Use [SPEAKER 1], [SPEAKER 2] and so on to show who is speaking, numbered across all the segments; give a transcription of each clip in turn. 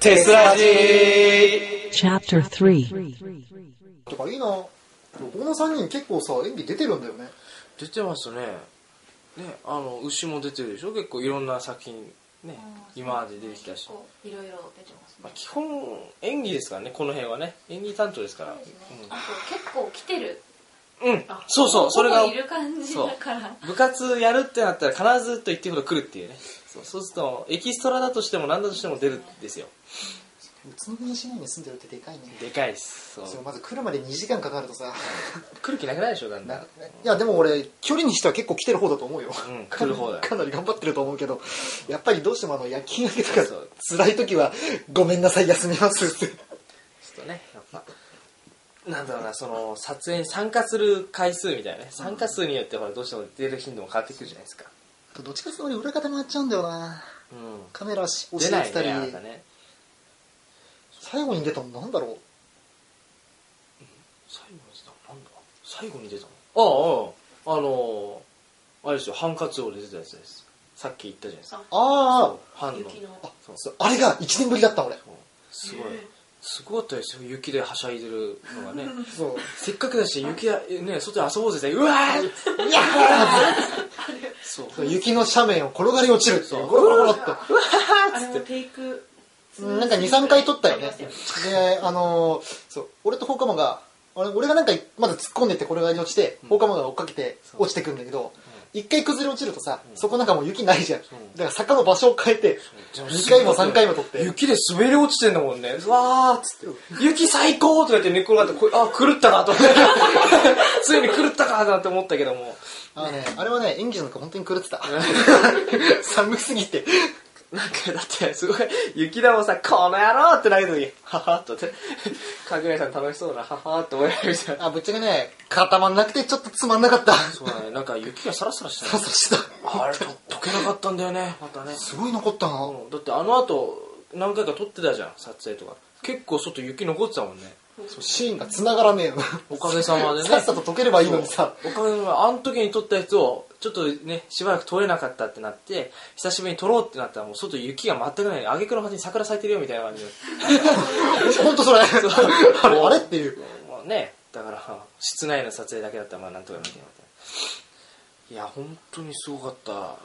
[SPEAKER 1] テスラジー
[SPEAKER 2] Chapter 3
[SPEAKER 3] とかいいなこの3人結構さ演技出てるんだよね
[SPEAKER 4] 出てましたねねあの牛も出てるでしょ結構いろんな作品ね今まで出てきたし
[SPEAKER 5] 結、構いろいろ出てます
[SPEAKER 4] ま
[SPEAKER 5] ね
[SPEAKER 4] あ、基本演技ですからねこの辺はね演技担当ですから
[SPEAKER 5] そうですねあと結構来てる
[SPEAKER 4] うん、うん
[SPEAKER 5] あ
[SPEAKER 4] そうそうそれが
[SPEAKER 5] ほぼいる感じだから
[SPEAKER 4] 部活やるってなったら必ずと言ってほど来るっていうねそうそうするとエキストラだとしても何だとしても出るんですよ
[SPEAKER 3] 宇都宮市内に住んでるってでかいね
[SPEAKER 4] でかいですそう
[SPEAKER 3] それまず来るまで2時間かかるとさ
[SPEAKER 4] 来る気なくないでしょだんだん
[SPEAKER 3] いやでも俺距離にしては結構来てる方だと思うよ、
[SPEAKER 4] うん来る方だよ
[SPEAKER 3] かなり頑張ってると思うけどやっぱりどうしてもあの夜勤明けとか
[SPEAKER 4] そう
[SPEAKER 3] 辛い時は「ごめんなさい休みます」って
[SPEAKER 4] ちょっとねやっぱなんだろうなその撮影に参加する回数みたいなね参加数によってほらどうしても出る頻度も変わってくるじゃないですか
[SPEAKER 3] どっちかっていうと俺裏方回っちゃうんだよな
[SPEAKER 4] うん
[SPEAKER 3] カメラし教
[SPEAKER 4] 出
[SPEAKER 3] え
[SPEAKER 4] な
[SPEAKER 3] て
[SPEAKER 4] い
[SPEAKER 3] た
[SPEAKER 4] ね
[SPEAKER 3] り、
[SPEAKER 4] あなたね
[SPEAKER 3] 最後に出たのなんだろう
[SPEAKER 4] 最後に出たのなんだ最後に出たのああああのー、あれですよハンカチ王で出たやつですさっき言ったじゃないですか
[SPEAKER 3] あ
[SPEAKER 4] ハンの
[SPEAKER 5] 雪の
[SPEAKER 4] そう
[SPEAKER 3] ああれが1年ぶりだった俺
[SPEAKER 4] すごいすごかったですよ雪ではしゃいでるのがね
[SPEAKER 3] そう
[SPEAKER 4] せっかくだし雪やね外で遊ぼうぜってうわー
[SPEAKER 3] いやー
[SPEAKER 4] そう
[SPEAKER 3] そう雪の斜面を転がり落ちるっていうゴロゴロゴロっと
[SPEAKER 6] あれもテイク
[SPEAKER 3] うんなんか23回撮ったよ
[SPEAKER 6] あり
[SPEAKER 3] ね
[SPEAKER 6] ましたよ
[SPEAKER 3] であのーそう俺と放課マンが俺俺がなんかまず突っ込んでってこれが落ちて、放課マンが追っかけて落ちてくんだけど一、回崩れ落ちるとさ、そこなんかもう雪ないじゃんだ
[SPEAKER 4] う
[SPEAKER 3] から坂の場所を変えて2回も3回も撮って
[SPEAKER 4] 雪で滑り落ちてんだもんねうわーっつって雪最高とか言って寝っ転がってこあ狂ったなと思って ついに狂ったかなって思ったけど も
[SPEAKER 3] あのねあれはね演技なんか本当に狂ってた寒すぎて
[SPEAKER 4] なんかだってすごい雪だもさ「この野郎!」って投げた時「はは」っとってかぐやさん楽しそうだな「はは」って思いながら見てた
[SPEAKER 3] あぶっちゃけね固まんなくてちょっとつまんなかった
[SPEAKER 4] そうだねなんか雪がサラサラして
[SPEAKER 3] そうそうした
[SPEAKER 4] あれと溶けなかったんだよねまたね
[SPEAKER 3] すごい残ったな、
[SPEAKER 4] うんだってあの後何回か撮ってたじゃん撮影とか結構外雪残ってたもんね
[SPEAKER 3] そうシーンが繋がらねえの
[SPEAKER 4] おかげさまでね
[SPEAKER 3] さっさと溶ければいいのにさ
[SPEAKER 4] お金はあの時に撮ったやつをちょっとねしばらく撮れなかったってなって久しぶりに撮ろうってなったらもう外雪が全くない挙句の果てに桜咲いてるよみたいな感じで
[SPEAKER 3] 本当それ あれあれっていう
[SPEAKER 4] もうねだから室内の撮影だけだったらまあなんとかみたいなこといや本当にすごかった、ま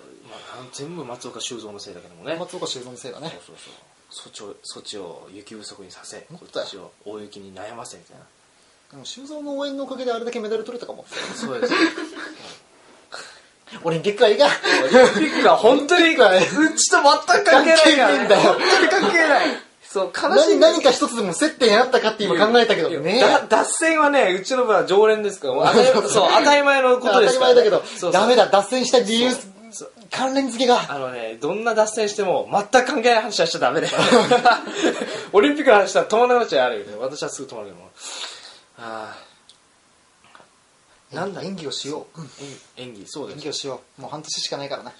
[SPEAKER 4] あ、全部松岡修造のせいだけどもね
[SPEAKER 3] 松岡修造のせいだね
[SPEAKER 4] そうそうそう措置を措置を雪不足にさせこ
[SPEAKER 3] 本当だよ
[SPEAKER 4] っちを大雪に悩ませみたいな
[SPEAKER 3] でも修造の応援のおかげであれだけメダル取れたかも
[SPEAKER 4] そう です
[SPEAKER 3] オリンピックはいいか
[SPEAKER 4] ピックは本当にうちと全く関係ないから、ね、
[SPEAKER 3] 関係ねえんだよ
[SPEAKER 4] 本当に関係ないそう悲しい
[SPEAKER 3] 何何か一つでも接点あったかって今考えたけどね
[SPEAKER 4] だ脱線はねうちの場合は常連ですからもう 当たりそう当たり前のこ
[SPEAKER 3] 当
[SPEAKER 4] と
[SPEAKER 3] た
[SPEAKER 4] です
[SPEAKER 3] り
[SPEAKER 4] から、
[SPEAKER 3] 前
[SPEAKER 4] ね、
[SPEAKER 3] だけど
[SPEAKER 4] そうそう
[SPEAKER 3] ダメだ脱線した理由
[SPEAKER 4] そう
[SPEAKER 3] 関連付けが
[SPEAKER 4] あのねどんな脱線しても全く関係ない話はしちゃダメだよ オリンピックの話は止まらなくなっちゃうよね私はすぐ止まるよもうあなんだ
[SPEAKER 3] 演技をしよう
[SPEAKER 4] ー演演技そうで
[SPEAKER 3] 演
[SPEAKER 4] す
[SPEAKER 3] 技をしようもう半年しかないからな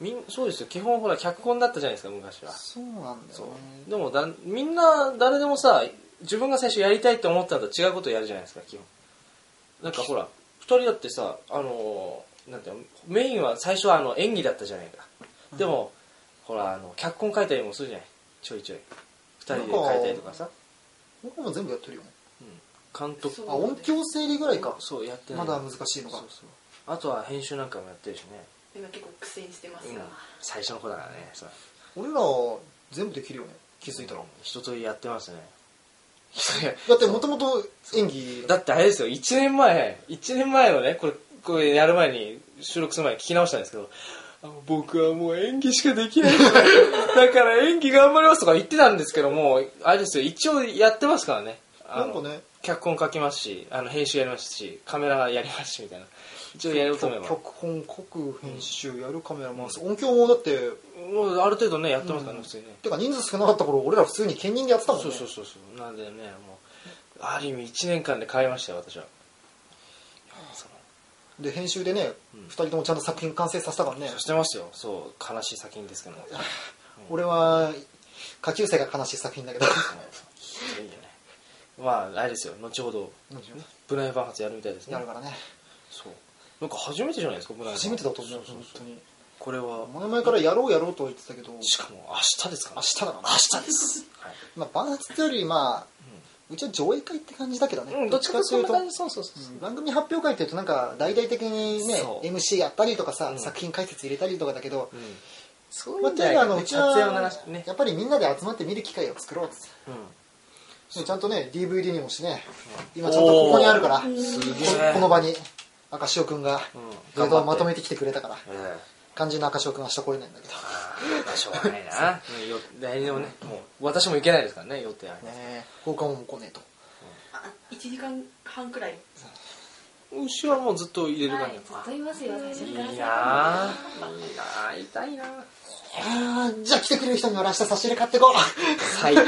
[SPEAKER 4] みんそうですよ基本ほら脚本だったじゃないですか昔は
[SPEAKER 3] そうなんだよね
[SPEAKER 4] でもだみんな誰でもさ自分が最初やりたいって思ったのと違うことやるじゃないですか基本なんかほら2人だってさあのーなんていうのメインは最初はあの演技だったじゃないかでも、ほらあの脚本書いたりもするじゃないちょいちょい2人で書いたりとかさ
[SPEAKER 3] 僕も全部やってるよ
[SPEAKER 4] 監督
[SPEAKER 3] あ音響整理ぐらいか
[SPEAKER 4] そうやってない
[SPEAKER 3] まだ難しいの
[SPEAKER 4] そう
[SPEAKER 3] が
[SPEAKER 4] そうあとは編集なんかもやってるしね、
[SPEAKER 6] 今結構苦戦してます
[SPEAKER 4] うん
[SPEAKER 6] が、
[SPEAKER 4] 最初の子だからねそう
[SPEAKER 3] 俺ら全部できるよね気づいたら
[SPEAKER 4] 一通りやってますね
[SPEAKER 3] だってもともと演技
[SPEAKER 4] だってあれですよ、1年前、1年前のね、これ、これやる前に、収録する前に聞き直したんですけど、あの僕はもう演技しかできない。 だから演技頑張りますとか言ってたんですけども、あれですよ、一応やってますからね。あ
[SPEAKER 3] なん
[SPEAKER 4] の
[SPEAKER 3] かね
[SPEAKER 4] 脚本書きますし、あの編集やりますし、カメラやりますし、みたいな。一応やろうと思えば。
[SPEAKER 3] 脚本書く編集やるカメラマン音響もだって
[SPEAKER 4] もうある程度ね、やってますからね、普通にね。
[SPEAKER 3] てか人数少なかった頃俺ら普通に兼任でやってたもん
[SPEAKER 4] そ
[SPEAKER 3] ね
[SPEAKER 4] うそうそうそう。なんでね、もう、ある意味1年間で変えましたよ、私は。その
[SPEAKER 3] で編集でね2人ともちゃんと作品完成させたからね
[SPEAKER 4] してますよそう悲しい作品ですけどもい
[SPEAKER 3] 俺は下級生が悲しい作品だけど
[SPEAKER 4] いよねまああれですよ後ほど部内爆発やるみたいですね
[SPEAKER 3] やるからね
[SPEAKER 4] そうなんか初めてじゃないですか部内
[SPEAKER 3] 初めてだと思う
[SPEAKER 4] そうそう
[SPEAKER 3] 本
[SPEAKER 4] そう
[SPEAKER 3] 当に
[SPEAKER 4] これは
[SPEAKER 3] 前々からやろうやろうとは言ってたけど、
[SPEAKER 4] しかも明日ですか
[SPEAKER 3] 明日だからね
[SPEAKER 4] 明日です、はい
[SPEAKER 3] まあ、バースというより、まあ、うちは上映会って感じだけどね、
[SPEAKER 4] うん、
[SPEAKER 3] どっちかというと、
[SPEAKER 4] そんな感じそうそうそう、
[SPEAKER 3] うん番組発表会っていうと、なんか大々的にね
[SPEAKER 4] そ、う
[SPEAKER 3] MC やったりとかさ、
[SPEAKER 4] うん
[SPEAKER 3] 作品解説入れたりとかだけど、
[SPEAKER 4] うんそうい
[SPEAKER 3] まあ、
[SPEAKER 4] うん
[SPEAKER 3] と
[SPEAKER 4] じ
[SPEAKER 3] い
[SPEAKER 4] ゃな
[SPEAKER 3] うよ
[SPEAKER 4] いかね活
[SPEAKER 3] りあのうち
[SPEAKER 4] 用な
[SPEAKER 3] は
[SPEAKER 4] 話ね
[SPEAKER 3] やっぱりみんなで集まって見る機会を作ろうっつって
[SPEAKER 4] う
[SPEAKER 3] ねちゃんとね DVD にもしてね今ちゃんとここにあるからこ
[SPEAKER 4] んすげえ
[SPEAKER 3] この場に赤潮くんが
[SPEAKER 4] うん
[SPEAKER 3] 映像をまとめてきてくれたから
[SPEAKER 4] ええ
[SPEAKER 3] 肝心の赤潮くんは下来れないんだけど
[SPEAKER 4] まあしょうがない なうんよ来年もねもう私も行けないですからね予定あれ
[SPEAKER 3] ね放課後も来ねえと
[SPEAKER 6] あ1時間半くらい
[SPEAKER 4] 牛はもうずっと入れる
[SPEAKER 5] は
[SPEAKER 4] 感
[SPEAKER 5] い
[SPEAKER 4] じ、
[SPEAKER 5] ずっといますよ、最初
[SPEAKER 4] い
[SPEAKER 5] か
[SPEAKER 4] や
[SPEAKER 5] ら
[SPEAKER 4] ーいい
[SPEAKER 5] 最
[SPEAKER 4] なー痛
[SPEAKER 5] 後
[SPEAKER 4] いなー
[SPEAKER 3] あーじゃあ来てくれる人には明日差し入れ買ってこう
[SPEAKER 4] 最低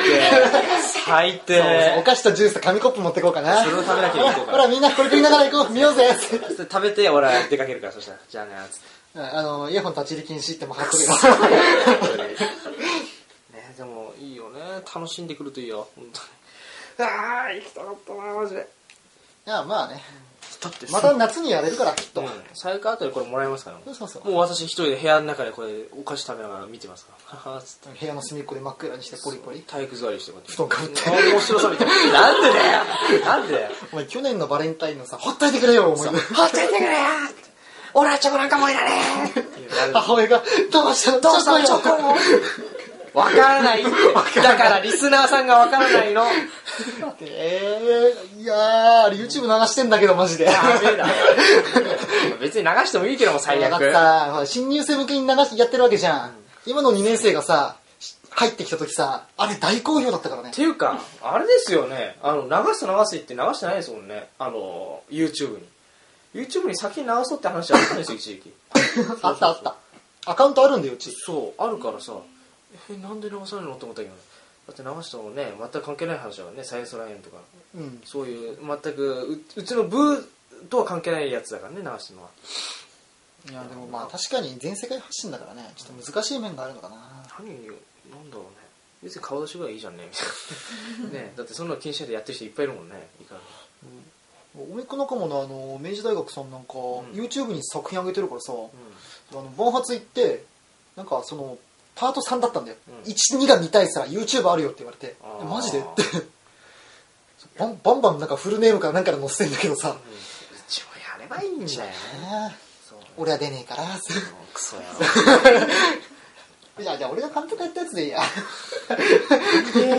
[SPEAKER 4] 最低
[SPEAKER 3] そうそうお菓子とジュースと紙コップ持ってこうかな
[SPEAKER 4] それを食べなきゃいけない
[SPEAKER 3] ほらみんなこれ食いながら行こう見ようぜつって
[SPEAKER 4] 食べて俺は出かけるからそしたらじゃあねーつって
[SPEAKER 3] うんあのイヤホン立ち入り禁止っても貼っとるよ
[SPEAKER 4] ねでもいいよね楽しんでくるといいよ本当にああ行きたかったなマジで
[SPEAKER 3] いやまあね
[SPEAKER 4] だって
[SPEAKER 3] また夏にやれるからきっと
[SPEAKER 4] うん最下あたりこれもらえますからも
[SPEAKER 3] そうそうそう
[SPEAKER 4] う私一人で部屋の中でこれお菓子食べながら見てますから ははつって
[SPEAKER 3] 部屋の隅っこで真っ暗にしてポリポリ
[SPEAKER 4] 体育座りしてこうやって
[SPEAKER 3] 布団かぶって
[SPEAKER 4] 面白さみたいななんでだよなんでだよ
[SPEAKER 3] お前去年のバレンタインのさほっといてくれよ思い出
[SPEAKER 4] ほっといてくれよ俺はチョコなんかもいらねえってなる
[SPEAKER 3] 母親がどうしたの
[SPEAKER 4] どうしたの
[SPEAKER 3] チョコよ
[SPEAKER 4] チョコよ わからないってだからリスナーさんがわからないの
[SPEAKER 3] えー、いやーあれ YouTube 流してんだけどマジで
[SPEAKER 4] ダメだよ 別に流してもいいけども最
[SPEAKER 3] だっ
[SPEAKER 4] 悪
[SPEAKER 3] てさほら新入生向けに流しやってるわけじゃん、今の2年生がさし入ってきた時さあれ大好評だったからね
[SPEAKER 4] っていうか、あれですよね、あの、流す流すって流してないですもんね。あの、YouTube に。YouTube に先に流そうって話あったんですよ、一時期。
[SPEAKER 3] あったあったアカウントあるんだようち
[SPEAKER 4] そう、あるからさ、え、なんで流さないのって思ったけど、だって流したのね、全く関係ない話だからね、サイエンスラインとか、
[SPEAKER 3] うん
[SPEAKER 4] そういう、全くう、うちの部とは関係ないやつだからね、流してるのは。
[SPEAKER 3] いやでもまあ確かに全世界発信だからねちょっと難しい面があるのかな
[SPEAKER 4] 何よ、なんだろうね。別に顔出しぐらいいいじゃんね、み たいな。ね、だってそんなの気にしないでやってる人いっぱいいるもんね、いかが
[SPEAKER 3] おめっ子仲間のあの明治大学さんなんか、
[SPEAKER 4] ん
[SPEAKER 3] YouTube に作品上げてるからさ、あの盆発行ってなんかそのパート3だったんだよ、
[SPEAKER 4] うん
[SPEAKER 3] 12が見たいさ YouTube あるよって言われて
[SPEAKER 4] あー
[SPEAKER 3] えマジでってバンバンバンなんかフルネームからなんから載せてんだけどさ、
[SPEAKER 4] うん。うちもやればいいんだよね。
[SPEAKER 3] ねえ
[SPEAKER 4] そう
[SPEAKER 3] 俺は出ねえから
[SPEAKER 4] クソ野
[SPEAKER 3] じゃあじゃあ俺が監督やったやつでいいや
[SPEAKER 4] 郎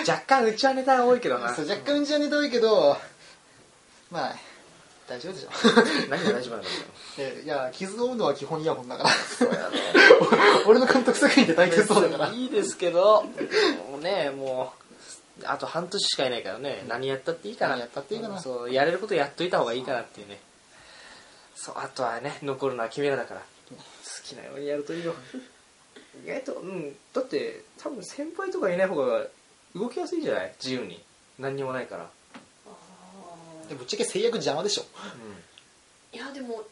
[SPEAKER 4] 若干うちはネタが多いけどな
[SPEAKER 3] そう若干うちはネタ多いけどまあ大丈夫でしょ
[SPEAKER 4] 何が大丈夫なんだ
[SPEAKER 3] えいや傷を負うのは基本イヤホンだから 俺の監督作品って大抵そうだから
[SPEAKER 4] いいですけどもうねもうあと半年しかいないからね、何やったっていいかな
[SPEAKER 3] 何やったっていいかな
[SPEAKER 4] そうやれることやっといた方がいいかなっていうねそうあとはね残るのは君らだから好きなようにやるといいよ 意外とうんだって多分先輩とかいない方が動きやすいじゃない自由に何にもないから、
[SPEAKER 3] でぶっちゃけ制約邪魔でしょ
[SPEAKER 6] いやでも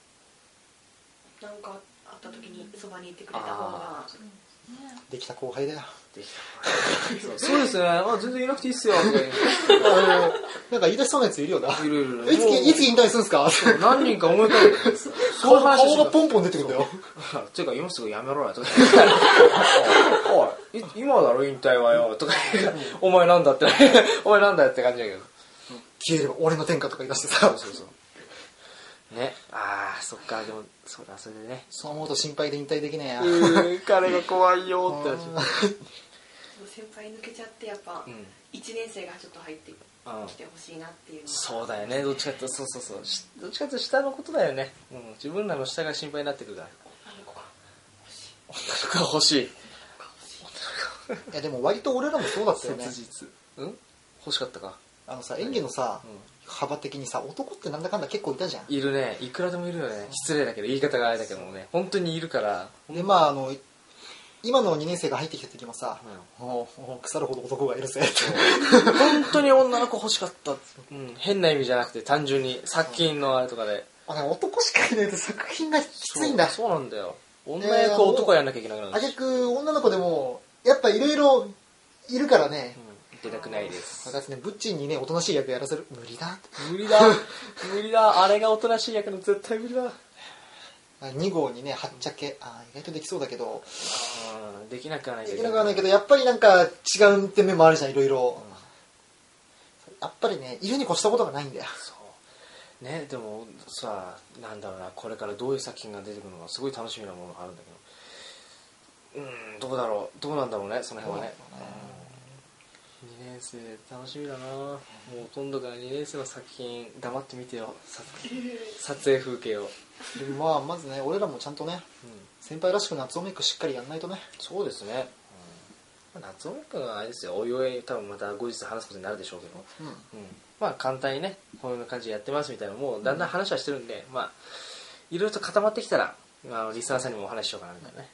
[SPEAKER 6] なんかあった時にそばにいてくれた方
[SPEAKER 4] あ
[SPEAKER 6] が
[SPEAKER 3] できた後輩だよ
[SPEAKER 4] できた そうそうですねあ全然いなくていいっすよ とか言う
[SPEAKER 3] あのなんか言い出しそうなやついるよな。い
[SPEAKER 4] いるいる
[SPEAKER 3] つ、いつ引退するんすか
[SPEAKER 4] 何人か思い浮かべてるそういう話
[SPEAKER 3] 顔
[SPEAKER 4] を
[SPEAKER 3] 顔
[SPEAKER 4] しな
[SPEAKER 3] がポンポン出てくるんだよ。
[SPEAKER 4] ていうか今すぐやめろよとか おいい今だろ引退はよとか言うからお前なんだって お前なんだよって感じだけど
[SPEAKER 3] 消えれば俺の天下とか言い出してさ、
[SPEAKER 4] そうそうねああそっかでもそうだそれで ね
[SPEAKER 3] そう思うと心配で引退できねえや。
[SPEAKER 4] 彼が怖いよって話
[SPEAKER 6] 先輩抜けちゃってやっぱ
[SPEAKER 4] うん
[SPEAKER 6] 1年生がちょっと入って
[SPEAKER 4] うん
[SPEAKER 6] きてほしいなっていうのは
[SPEAKER 4] そうだよねどっちかってそうそうそうしどっちかって下のことだよね、うん、自分らの下が心配になってくるから
[SPEAKER 6] あの子が
[SPEAKER 4] 女の子が欲しい
[SPEAKER 3] いやでも割と俺らもそうだったよね。
[SPEAKER 4] 実うん欲しかったか
[SPEAKER 3] あのさ、演技のさ、幅的にさ、男ってなんだかんだ結構いたじゃん。
[SPEAKER 4] いるねいくらでもいるよね失礼だけど言い方があれだけどもね本当にいるから
[SPEAKER 3] で、まああの、今の2年生が入ってきた時もさ、おうおう腐るほど男がいるぜって。
[SPEAKER 4] 本当に女の子欲しかった、うん、変な意味じゃなくて単純に殺菌のあれとかで
[SPEAKER 3] あれ男しかいないと作品がきついんだ。
[SPEAKER 4] そうそうなんだよ女役を男やんなきゃいけなくなる
[SPEAKER 3] あ
[SPEAKER 4] し、
[SPEAKER 3] げく女の子でも、やっぱいろいろいるからね、
[SPEAKER 4] うん、出たくないです
[SPEAKER 3] 私ね、ブッチンにね、おとなしい役やらせる。無理だって。
[SPEAKER 4] 無理だ無理だあれがおとなしい役の絶対無理だ
[SPEAKER 3] 2号にねはっちゃけあー意外とできそうだけど
[SPEAKER 4] あーできなくはない
[SPEAKER 3] できなくはないけ
[SPEAKER 4] ど
[SPEAKER 3] どやっぱりなんか違う点面もあるじゃんいろいろ、やっぱりねいるに越したことがないんだよ
[SPEAKER 4] そうねでもさなんだろうなこれからどういう作品が出てくるのかすごい楽しみなものがあるんだけどうんどうだろうどうなんだろうねその辺はね
[SPEAKER 3] どうなんだろ
[SPEAKER 4] 2年生楽しみだなもう今度から2年生の作品黙って見てよさ撮影風景を、うん、
[SPEAKER 3] でもまあまずね俺らもちゃんとね先輩らしく夏をメイクしっかりやんないとね
[SPEAKER 4] そうですね、うん、夏音君はあれですよおいおい多分また後日話すことになるでしょうけど
[SPEAKER 3] うん
[SPEAKER 4] うん、まあ簡単にねこんな感じでやってますみたいなもうだんだん話はしてるんで、まあいろいろと固まってきたら、まあ、リスナーさんにもお話ししようかなみたいなね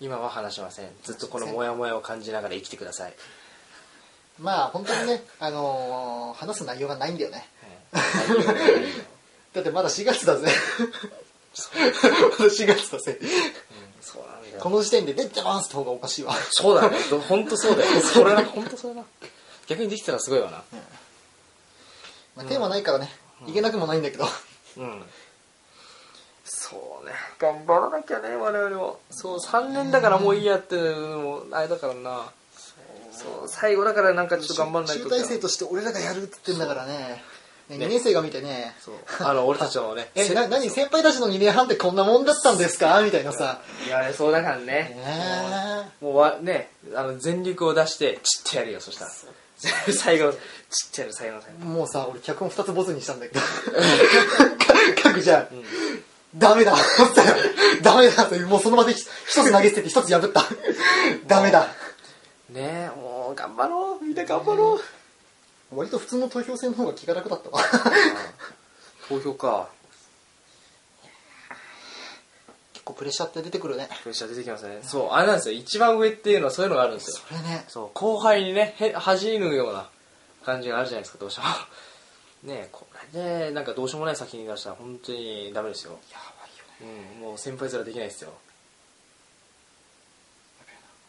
[SPEAKER 4] 今は話しませんずっとこのモヤモヤを感じながら生きてください、
[SPEAKER 3] まあ本当にね、あのー話す内容がないんだよねだってまだ4月だぜまだ4月だぜ
[SPEAKER 4] そうなんだよ
[SPEAKER 3] この時点で出てますって方がおかしいわ
[SPEAKER 4] そうだね本当そうだよ それは本当それだ 逆にできたらすごいわな
[SPEAKER 3] まあ、テーマないからね、いけなくもないんだけど、
[SPEAKER 4] うんそうね頑張らなきゃね我々もそう3年だからもういいやっていうのもあれだからなそう最後だからなんかちょっと頑張んないと
[SPEAKER 3] 集大成として俺らがやるって言ってんだからねね
[SPEAKER 4] ね
[SPEAKER 3] 2年生が見てね
[SPEAKER 4] そうあの俺たちのね
[SPEAKER 3] えな何先輩たちの2年半ってこんなもんだったんですかみたいなさ、
[SPEAKER 4] 言われそうだからね
[SPEAKER 3] ねえ
[SPEAKER 4] もうわねあの全力を出して散ってやるよそしたら 最後の散ってやる最後の最後
[SPEAKER 3] もうさ俺脚本2つボツにしたんだ けど書くじゃん、ダメだダメだもうその場で一つ投げ捨てて一つ破ったダメだ
[SPEAKER 4] ねえもう頑張ろうみんな頑張ろう、
[SPEAKER 3] 割と普通の投票戦の方が気が楽だったわ
[SPEAKER 4] 投票か
[SPEAKER 3] 結構プレッシャーって出てくるね
[SPEAKER 4] プレッシャー出てきますねそうあれなんですよ一番上っていうのはそういうのがあるんですよ
[SPEAKER 3] これね
[SPEAKER 4] そう後輩にねへ恥じぬような感じがあるじゃないですかどうしても ねえこれでなんかどうしようもない先に出したら本当にダメですよやばいよね、うん、もう先輩面できないですよ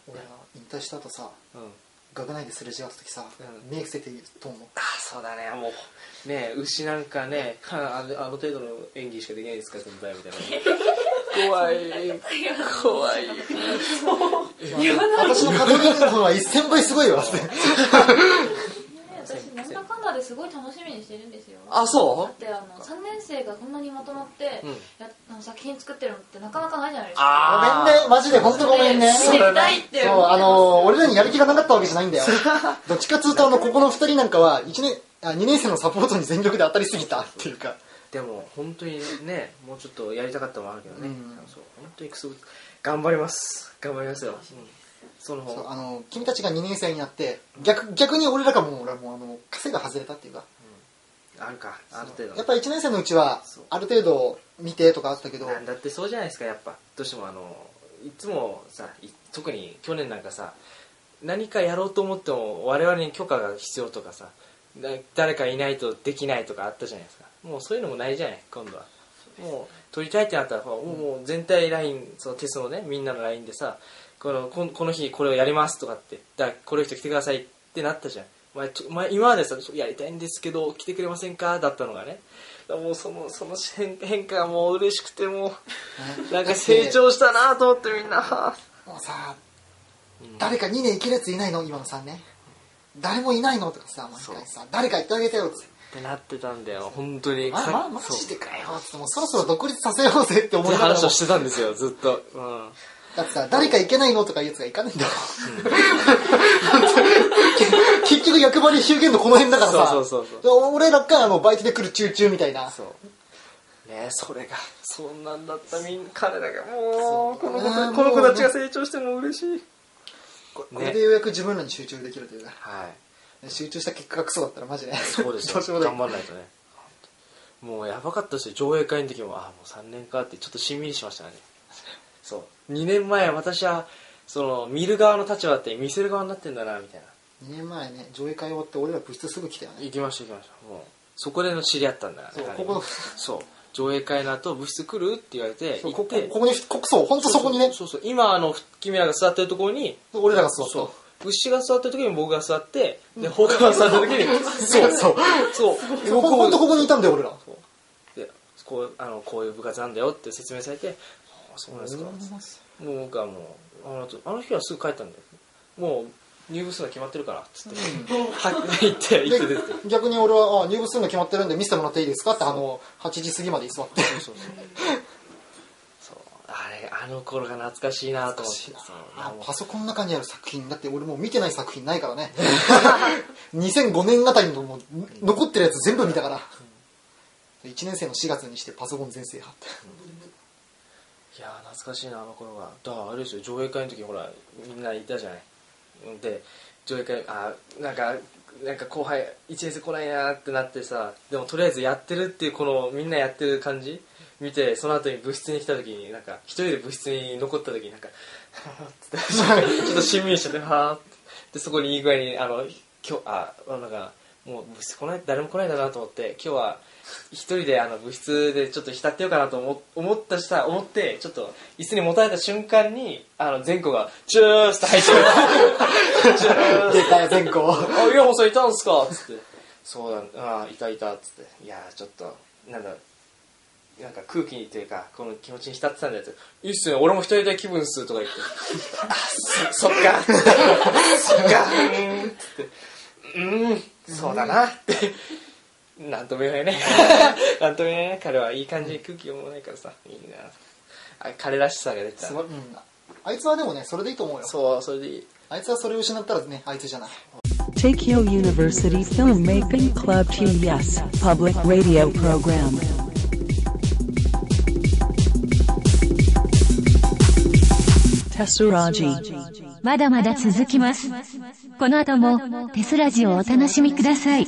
[SPEAKER 3] 俺あの引退した後さ
[SPEAKER 4] うん
[SPEAKER 3] 学内ですれ違う時さ、
[SPEAKER 4] うん
[SPEAKER 3] 目伏せて言うと思う
[SPEAKER 4] あそうだねもうね牛なんかねかあのあの程度の演技しかできないですから先輩みたいな 怖い怖い
[SPEAKER 3] 私の家庭の方は1000倍すごいわって
[SPEAKER 5] 私なんだかんだですごい楽しみにしてるんですよ
[SPEAKER 4] あ
[SPEAKER 5] だ
[SPEAKER 4] そ
[SPEAKER 5] ってあの3年生がこんなにまとまって、
[SPEAKER 4] うん
[SPEAKER 5] やあの作品作ってるのってなかなかないじゃないですか
[SPEAKER 3] ごめん
[SPEAKER 4] あ
[SPEAKER 3] ねマジで本当ごめんね
[SPEAKER 5] 見てみたいって
[SPEAKER 3] そう、あのー俺らにやる気がなかったわけじゃない んだよ。どっちかっつうと、あの、ここの二人なんかは、一年、あ、2年生のサポートに全力で当たりすぎたっていうか。
[SPEAKER 4] でも本当にねもうちょっとやりたかったのもあるけどね、
[SPEAKER 3] うん
[SPEAKER 4] そう本当にくすぶ頑張ります頑張りますよ、うんその方
[SPEAKER 3] そう、あの、君たちが2年生になって、逆、逆に俺らがもう、俺はもう、あの、稼が外れたっていうか。
[SPEAKER 4] あるかある程度
[SPEAKER 3] やっぱ1年生のうちは
[SPEAKER 4] そう、
[SPEAKER 3] ある程度見てとかあったけど、
[SPEAKER 4] なんだってそうじゃないですかやっぱどうしてもあのいつもさい特に去年なんかさ何かやろうと思っても我々に許可が必要とかさだ誰かいないとできないとかあったじゃないですかもうそういうのもないじゃない今度はもう取りたいってなったらほらもうもう全体ラインそのテストのねみんなのラインでさこのこんこの日これをやりますとかってだからこれ人来てくださいってなったじゃん前ちょ前今までさちょやりたいんですけど来てくれませんかだったのがねだからもうそのその変変化がもう嬉しくてもうなんか成長したなと思ってみんな
[SPEAKER 3] もうさ、誰か2年いけるやついないの今の3年。誰もいないのとかさ、毎回さ、誰か言ってあげてよって。
[SPEAKER 4] ってなってたんだよ本当に
[SPEAKER 3] まあまあ、マ
[SPEAKER 4] そう
[SPEAKER 3] ジでかよって、もうそろそろ独立させようぜって思
[SPEAKER 4] っ
[SPEAKER 3] い
[SPEAKER 4] て
[SPEAKER 3] ながらも
[SPEAKER 4] 話をしてたんですよずっと、うん、
[SPEAKER 3] だってさ、誰か行けないのとかいうやつが行かないんだもん。結局役割表現のこの辺だからさ。
[SPEAKER 4] そうそうそう
[SPEAKER 3] 俺らがあのバイトで来るチューチューみたいな。
[SPEAKER 4] そうねそれがそんなんだったみん彼らがもうこの子たこの子たちが成長してるの嬉しい
[SPEAKER 3] ここれでようやく自分らに集中できるというか。
[SPEAKER 4] はい
[SPEAKER 3] 集中した結果がクソだったらマジで。
[SPEAKER 4] そうです
[SPEAKER 3] どうしよ
[SPEAKER 4] よ
[SPEAKER 3] うもな
[SPEAKER 4] 頑
[SPEAKER 3] い
[SPEAKER 4] 張らないとねもうやばかったですよ上映会の時もああもう3年かってちょっとしんみりしましたねそう2年前私はその見る側の立場だって見せる側になってんだなみたいな
[SPEAKER 3] 2年前ね、上映会終わって俺ら部室すぐ来たよね。
[SPEAKER 4] 行きました行きましたもうそこでの知り合ったんだから
[SPEAKER 3] そう
[SPEAKER 4] 彼
[SPEAKER 3] ここの
[SPEAKER 4] そう上映会の後部室来るって言われて
[SPEAKER 3] そう
[SPEAKER 4] 行
[SPEAKER 3] こ
[SPEAKER 4] っ
[SPEAKER 3] こ
[SPEAKER 4] て
[SPEAKER 3] ここに、ここそう、ほんとそこにね、
[SPEAKER 4] そうそうそう今あの君らが座ってるところに
[SPEAKER 3] 俺らが座った。
[SPEAKER 4] そう牛が座ってる時に僕が座ってで 他が座った時にそうそうそう
[SPEAKER 3] ほんとここにいたんだよ、俺ら。
[SPEAKER 4] でこうあのこういう部活なんだよって説明されてあそうなんですかもう僕はもうあのあの日はすぐ帰ったんだよもう入部するの決まってるからっつって、はい行って行って出て
[SPEAKER 3] で逆に俺はあ入部するの決まってるんで見せてもらっていいですかってあの8時過ぎまで居座って
[SPEAKER 4] そうそうそうそうあれあの頃が懐かしいなと思ってそう
[SPEAKER 3] あ
[SPEAKER 4] もう
[SPEAKER 3] パソコンの中にある作品だって俺もう見てない作品ないからね 2005年あたりのもう残ってるやつ全部見たから1年生の4月にしてパソコン全制覇って
[SPEAKER 4] いやー懐かしいなあの頃がだからあれですよ上映会の時ほらみんないたじゃないで上映会あーなんかなんか後輩1年生来ないなーってなってさでもとりあえずやってるっていうこのみんなやってる感じ見てその後に部室に来た時になんか一人で部室に残った時になんかちょっとしんみりしちゃってはーってでそこにいい具合にあの今日あなんかもう部室来ない誰も来ないだなと思って今日は一人であの部室でちょっと浸ってようかなと思思ったした思ってちょっと椅子にもたれた瞬間にあの前後がチュースと入ってくる チュ ース
[SPEAKER 3] 出たよ全校
[SPEAKER 4] あ、岩本さんいたんすかっつって。そうなんあいたいたっつって。いやーちょっと、なんだ、なんか空気にというか、この気持ちに浸ってたんだよって。いいっすね、俺も一人で気分っすとか言って。あ、 そそっか。そっか。うーん。つって。うーん、そうだな。って。なんとも言えないね。 なんとも言えないね。彼はいい感じに空気読まないからさ、いいな。あ彼らしさが出てた
[SPEAKER 3] す。ごいうんあいつはでもねそれでいいと思うよ
[SPEAKER 4] そう、それでいい。
[SPEAKER 3] あいつはそれを失ったらねあいつじゃない
[SPEAKER 2] Tokyo University Filmmaking Club TES Public Radio Program. Tessuraji.
[SPEAKER 7] まだまだ続きます。この後もテスラジをお楽しみください。